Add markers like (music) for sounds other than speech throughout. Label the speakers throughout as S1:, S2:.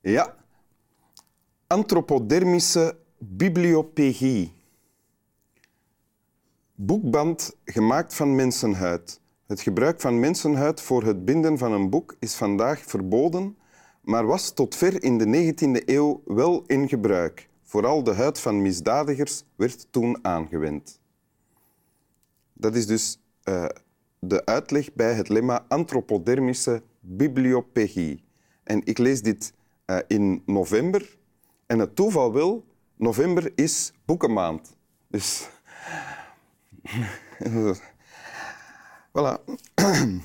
S1: Ja. Anthropodermische bibliopegie. Boekband gemaakt van mensenhuid. Het gebruik van mensenhuid voor het binden van een boek is vandaag verboden, maar was tot ver in de 19e eeuw wel in gebruik. Vooral de huid van misdadigers werd toen aangewend. Dat is dus eh, de uitleg bij het lemma anthropodermische bibliopegie. En ik lees dit eh, in november. En het toeval wil, november is boekenmaand. Dus... (laughs) voilà. (clears throat)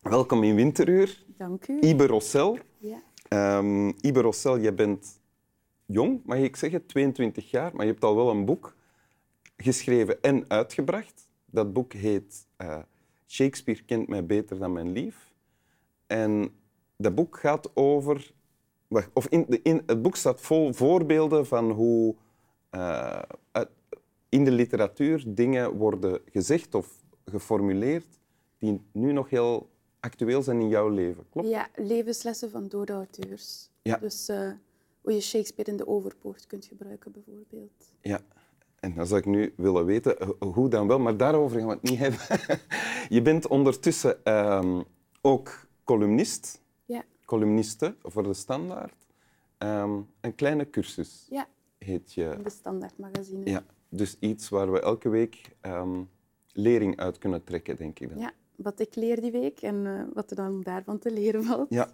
S1: Welkom in Winteruur.
S2: Dank u.
S1: Ibe Rossel.
S2: Ja.
S1: Ehm, Ibe Rossel, jij bent jong, mag ik zeggen, 22 jaar, maar je hebt al wel een boek geschreven en uitgebracht. Dat boek heet eh, Shakespeare kent mij beter dan mijn lief. En dat boek gaat over. Wacht, of in, de- in, het boek staat vol voorbeelden van hoe eh, uit- in de literatuur dingen worden gezegd of geformuleerd die nu nog heel actueel zijn in jouw leven. Klopt?
S2: ja, levenslessen van dode auteurs.
S1: Ja.
S2: Dus eh, hoe je Shakespeare in de overpoort kunt gebruiken, bijvoorbeeld.
S1: Ja, en dan zou ik nu willen weten eh, hoe dan wel, maar daarover gaan we het niet hebben. (laughs) je bent ondertussen ehm, ook columnist,
S2: Ja,
S1: columniste voor de Standaard. Ehm, een kleine cursus
S2: ja
S1: heet je.
S2: in de standaardmagazine.
S1: Ja, dus iets waar we elke week ehm, lering uit kunnen trekken, denk ik dan.
S2: Ja, wat ik leer die week en eh, wat er dan daarvan te leren valt.
S1: Ja.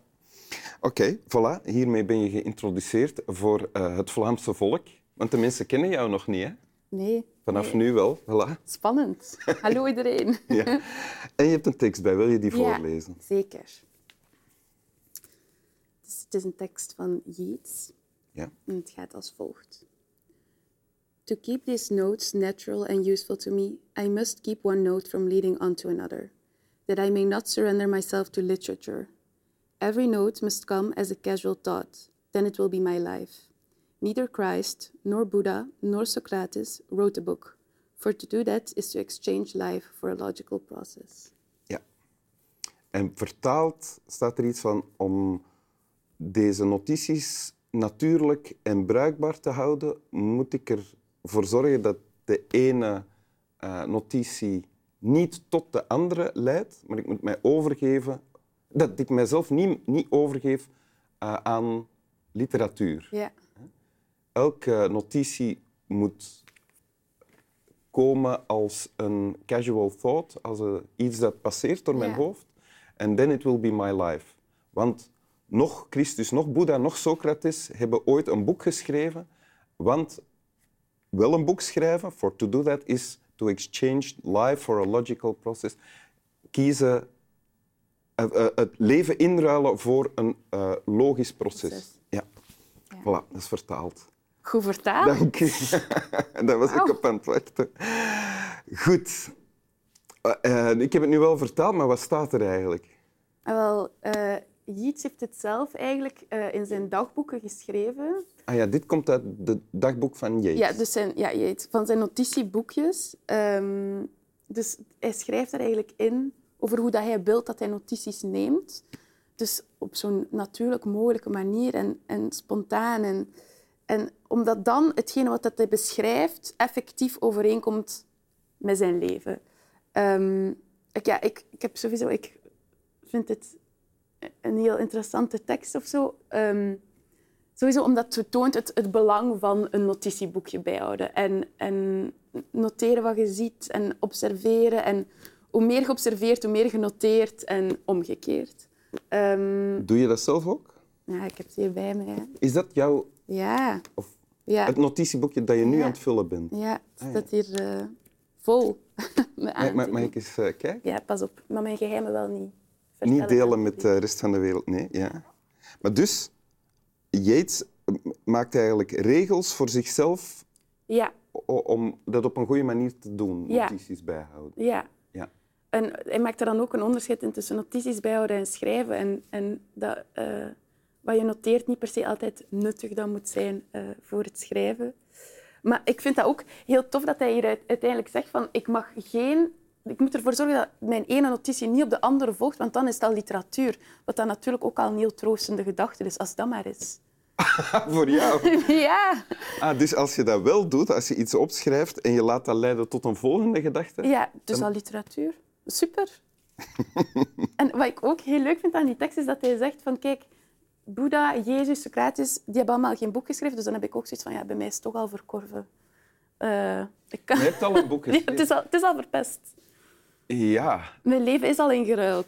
S1: Oké, voilà. Hiermee ben je geïntroduceerd voor eh, het Vlaamse volk. Want de mensen kennen jou nog niet, hè?
S2: Nee,
S1: Vanaf nu wel, voilà. (laughs)
S2: spannend. Hallo iedereen.
S1: Ja. En je hebt een tekst bij, wil je die voorlezen?
S2: Ja, zeker. Dus het is een tekst van Yeats.
S1: Ja.
S2: En het gaat als volgt. To keep these notes natural and useful to me, I must keep one note from leading on to another, that I may not surrender myself to literature. Every note must come as a casual thought, then it will be my life. Neither Christ, nor Buddha, nor Socrates wrote a book, for to do that is to exchange life for a logical process.
S1: Ja. En vertaald staat er iets van om deze notities natuurlijk en bruikbaar te houden, moet ik ervoor zorgen dat de ene eh, notitie niet tot de andere leidt, maar ik moet mij overgeven, dat ik mijzelf niet, niet overgeef eh, aan literatuur.
S2: Ja.
S1: elke notitie moet komen als een casual thought, als een- iets dat passeert door mijn
S2: Ja.
S1: hoofd. And then it will be my life. Want nog Christus, nog Boeddha, nog Socrates hebben ooit een boek geschreven. Want wel een boek schrijven, for to do that is to exchange life for a logical process. Kiezen, eh, eh, het leven inruilen voor een eh, logisch proces.
S2: Proces.
S1: Ja. Voilà, dat is vertaald.
S2: Goed vertaald.
S1: Dank u. (laughs) Daar was ik
S2: Wauw.
S1: op aan het wachten. Goed. Eh, eh, ik heb het nu wel vertaald, maar wat staat er eigenlijk?
S2: Ah, Wel, eh, Yeats heeft het zelf eigenlijk eh, in zijn dagboeken geschreven.
S1: Ah ja, dit komt uit het dagboek van Jeet.
S2: Ja, dus zijn, ja, Yeats, van zijn notitieboekjes. Ehm, dus hij schrijft er eigenlijk in over hoe dat hij wil dat hij notities neemt. Dus op zo'n natuurlijk mogelijke manier en, en spontaan. En, en omdat dan hetgene wat dat hij beschrijft effectief overeenkomt met zijn leven. Ehm, ik, ja, ik, ik heb sowieso... Ik vind het een heel interessante tekst of zo. Ehm, Sowieso omdat het toont het, het belang van een notitieboekje bijhouden. En, en noteren wat je ziet en observeren. En hoe meer geobserveerd, hoe meer genoteerd en omgekeerd. Ehm,
S1: Doe je dat zelf ook?
S2: ja, ik heb het hier bij me. hè.
S1: Is dat jouw
S2: Ja.
S1: Of-
S2: ja,
S1: het notitieboekje dat je nu
S2: Ja.
S1: aan het vullen bent?
S2: ja, het
S1: Ah, ja.
S2: staat hier eh, vol. (laughs) Met
S1: Mag, mag, mag
S2: aantekeningen.
S1: ik eens eh, kijken?
S2: Ja, pas op. Maar mijn geheimen wel niet.
S1: Niet
S2: vertellen.
S1: delen met eh, de rest van de wereld, nee. Ja. Maar dus, Jeets maakt eigenlijk regels voor zichzelf
S2: Ja,
S1: o- om dat op een goede manier te doen,
S2: Ja.
S1: notities bijhouden. (laughs)
S2: ja.
S1: Ja.
S2: En hij maakt er dan ook een onderscheid in tussen notities bijhouden en schrijven. En, en dat, eh, wat je noteert niet per se altijd nuttig dan moet zijn eh, voor het schrijven. Maar ik vind dat ook heel tof dat hij hier uit- uiteindelijk zegt van ik mag geen ik moet ervoor zorgen dat mijn ene notitie niet op de andere volgt, want dan is dat literatuur. Wat dan natuurlijk ook al een heel troostende gedachte is, als dat maar is.
S1: Ah, voor jou.
S2: ja.
S1: Ah, dus als je dat wel doet, als je iets opschrijft en je laat dat leiden tot een volgende gedachte.
S2: ja, dus al literatuur. Super. (laughs) en wat ik ook heel leuk vind aan die tekst is dat hij zegt van kijk, Boeddha, Jezus, Socrates, die hebben allemaal geen boek geschreven, dus dan heb ik ook zoiets van ja, bij mij is het toch al verkorven. Eh, ik kan...
S1: Je hebt al een boek
S2: (laughs) Nee, het,
S1: geschreven.
S2: is al, het is al verpest.
S1: Ja,
S2: Mijn leven is al ingeruild.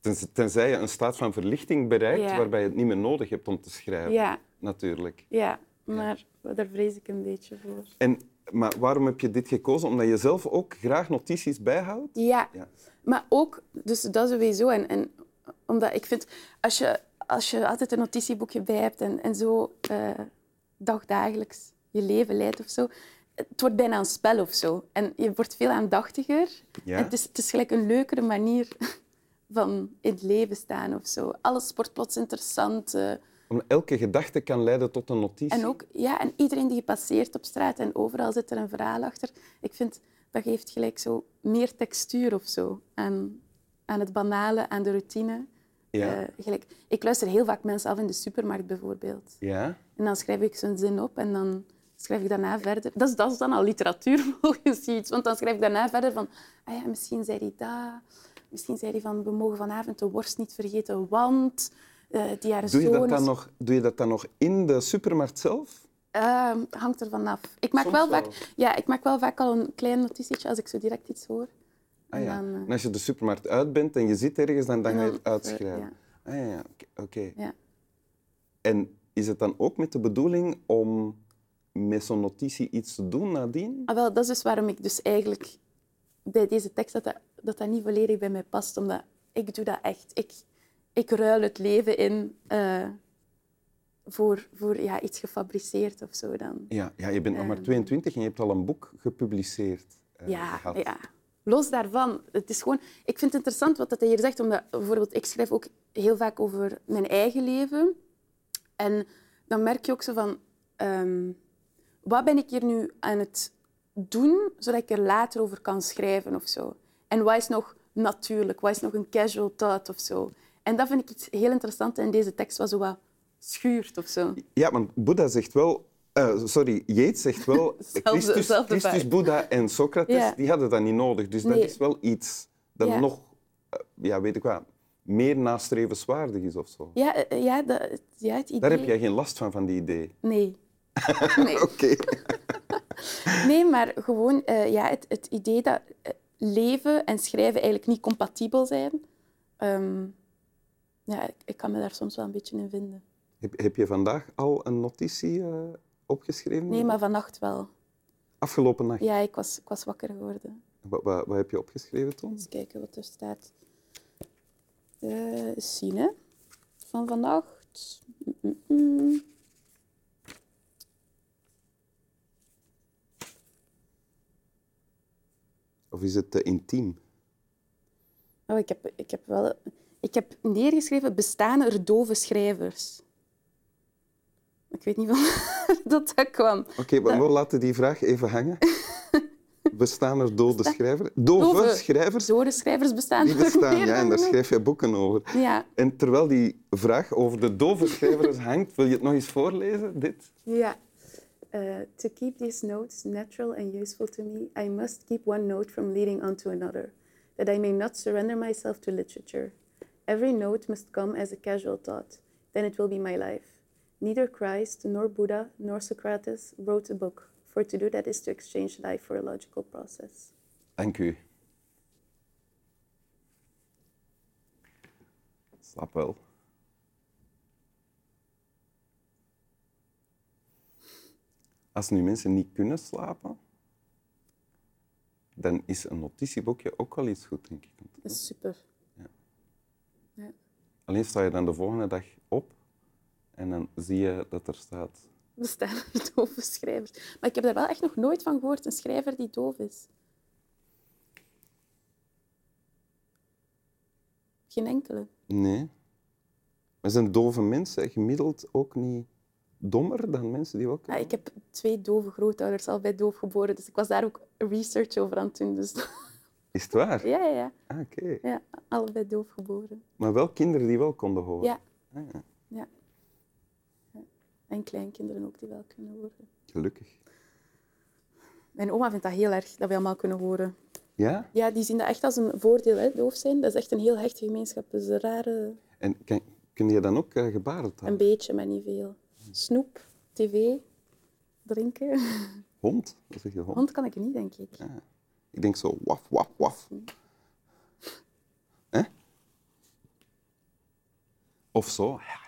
S1: Tenzij- Tenzij je een staat van verlichting bereikt
S2: Ja.
S1: waarbij je het niet meer nodig hebt om te schrijven.
S2: Ja,
S1: Natuurlijk.
S2: ja. Maar daar vrees ik een beetje voor.
S1: En, maar waarom heb je dit gekozen? Omdat je zelf ook graag notities bijhoudt?
S2: Ja.
S1: Ja.
S2: Maar ook, dus dat sowieso. En, en omdat ik vind, als je, als je altijd een notitieboekje bij hebt en, en zo eh, dagdagelijks je leven leidt of zo, het wordt bijna een spel of zo. En je wordt veel aandachtiger.
S1: Ja.
S2: En het, is, het is gelijk een leukere manier (laughs) van in het leven staan of zo. Alles wordt plots interessant. eh.
S1: Omdat elke gedachte kan leiden tot een notitie.
S2: En ook, ja, en iedereen die je passeert op straat en overal zit er een verhaal achter. Ik vind, dat geeft gelijk zo meer textuur of zo aan, aan het banale, aan de routine.
S1: Ja.
S2: Eh, gelijk, ik luister heel vaak mensen af in de supermarkt bijvoorbeeld.
S1: ja.
S2: En dan schrijf ik zo'n zin op en dan schrijf ik daarna verder. Dat is, dat is dan al literatuur (laughs) volgens iets. Want dan schrijf ik daarna verder van, ah ja, misschien zei hij dat. Misschien zei hij van, we mogen vanavond de worst niet vergeten, want... eh, die haar
S1: Doe je,
S2: zoon
S1: dat
S2: is
S1: dan nog, doe je dat dan nog in de supermarkt zelf?
S2: Ehm, hangt er vanaf. Ik maak
S1: Soms
S2: wel
S1: wel.
S2: vaak, ja, ik maak wel vaak al een klein notitietje als ik zo direct iets hoor.
S1: Ah, ja.
S2: En dan, eh,
S1: En als je de supermarkt uit bent en je zit ergens, dan, dan
S2: en
S1: ga je
S2: dan, eh,
S1: het uitschrijven. Ah ja, ja. oké. oké.
S2: Ja.
S1: En is het dan ook met de bedoeling om met zo'n notitie iets te doen nadien?
S2: Ah, wel, dat is dus waarom ik dus eigenlijk bij deze tekst dat dat, dat dat niet volledig bij mij past, omdat ik doe dat echt. Ik, ik ruil het leven in eh, voor, voor ja, iets gefabriceerd of zo dan.
S1: Ja, ja je bent nog maar
S2: Ehm.
S1: 22 en je hebt al een boek gepubliceerd. eh,
S2: Ja,
S1: gehad.
S2: ja. Los daarvan, het is gewoon... Ik vind het interessant wat dat hij hier zegt, omdat bijvoorbeeld ik schrijf ook heel vaak over mijn eigen leven. En dan merk je ook zo van, ehm, wat ben ik hier nu aan het doen, zodat ik er later over kan schrijven of zo? En wat is nog natuurlijk, wat is nog een casual thought of zo? En dat vind ik iets heel interessants in deze tekst, wat zo wat schuurt of zo.
S1: Ja, want Boeddha zegt wel... eh, sorry, Jeet zegt wel...
S2: (laughs) Zelfde-
S1: Christus,
S2: zelfde
S1: Christus,
S2: vibe.
S1: Boeddha en Socrates,
S2: Ja.
S1: die hadden dat niet nodig. Dus
S2: Nee.
S1: dat is wel iets dat
S2: Ja.
S1: nog, eh, ja, weet ik wat, meer nastrevenswaardig is of zo.
S2: Ja, eh, ja, dat, ja het idee...
S1: Daar heb jij geen last van, van die idee.
S2: Nee. nee.
S1: Oké.
S2: Nee, maar gewoon eh, ja, het, het idee dat eh, leven en schrijven eigenlijk niet compatibel zijn. Ehm, ja, ik, ik kan me daar soms wel een beetje in vinden.
S1: Heb, heb je vandaag al een notitie eh, opgeschreven?
S2: Nee, maar vannacht wel.
S1: Afgelopen nacht.
S2: Ja, ik was, ik was wakker geworden.
S1: Wat, wat, wat heb je opgeschreven toen?
S2: Eens kijken wat er staat. Eh zien, hè? Van vannacht. Mm, mm, mm.
S1: Of is het te intiem?
S2: Oh, ik heb, ik heb wel... Ik heb neergeschreven, bestaan er dove schrijvers? Ik weet niet (laughs) van waar dat, dat kwam.
S1: Oké, maar we laten die vraag even hangen. Bestaan er dode schrijvers? Dove,
S2: Dove.
S1: schrijvers?
S2: Dode schrijvers bestaan
S1: Die
S2: er
S1: bestaan,
S2: meer
S1: ja, en
S2: dan
S1: daar
S2: genoeg.
S1: schrijf je boeken over.
S2: Ja,
S1: En terwijl die vraag over de dove schrijvers hangt, wil je het nog eens voorlezen? Dit?
S2: ja. Uh, to keep these notes natural and useful to me, I must keep one note from leading on to another, that I may not surrender myself to literature. Every note must come as a casual thought, then it will be my life. Neither Christ, nor Buddha, nor Socrates wrote a book, for to do that is to exchange life for a logical process.
S1: Dank u. Slap wel. Als nu mensen niet kunnen slapen, dan is een notitieboekje ook wel iets goed, denk ik.
S2: Dat is super.
S1: Alleen sta je dan de volgende dag op en dan zie je dat er staat.
S2: (laughs) Bestaan er dove schrijvers? Maar ik heb daar wel echt nog nooit van gehoord, een schrijver die doof is. Geen enkele.
S1: Nee. Maar zijn dove mensen gemiddeld ook niet dommer dan mensen die wel
S2: Ah,
S1: kunnen?
S2: ik heb twee dove grootouders, allebei doof geboren, dus (laughs) ik was daar ook research over aan het doen. Dus
S1: Is het waar?
S2: Ja, ja, ja.
S1: Ah, oké.
S2: ja allebei doofgeboren.
S1: Maar wel kinderen die wel konden horen?
S2: Ja.
S1: Ah, ja.
S2: Ja. Ja. En kleinkinderen ook die wel kunnen horen.
S1: Gelukkig.
S2: Mijn oma vindt dat heel erg, dat we allemaal kunnen horen.
S1: Ja?
S2: Ja, die zien dat echt als een voordeel, hè, doof zijn. Dat is echt een heel hechte gemeenschap. Dat is een rare...
S1: En kan, kun je dan ook eh, gebarentaal?
S2: Een beetje, maar niet veel. Snoep, tv, drinken. (laughs)
S1: Hond? Wat zeg je, hond?
S2: Hond kan ik niet, denk ik.
S1: Ah. Ik denk zo waf, waf, waf. Hè? Of zo. Ja.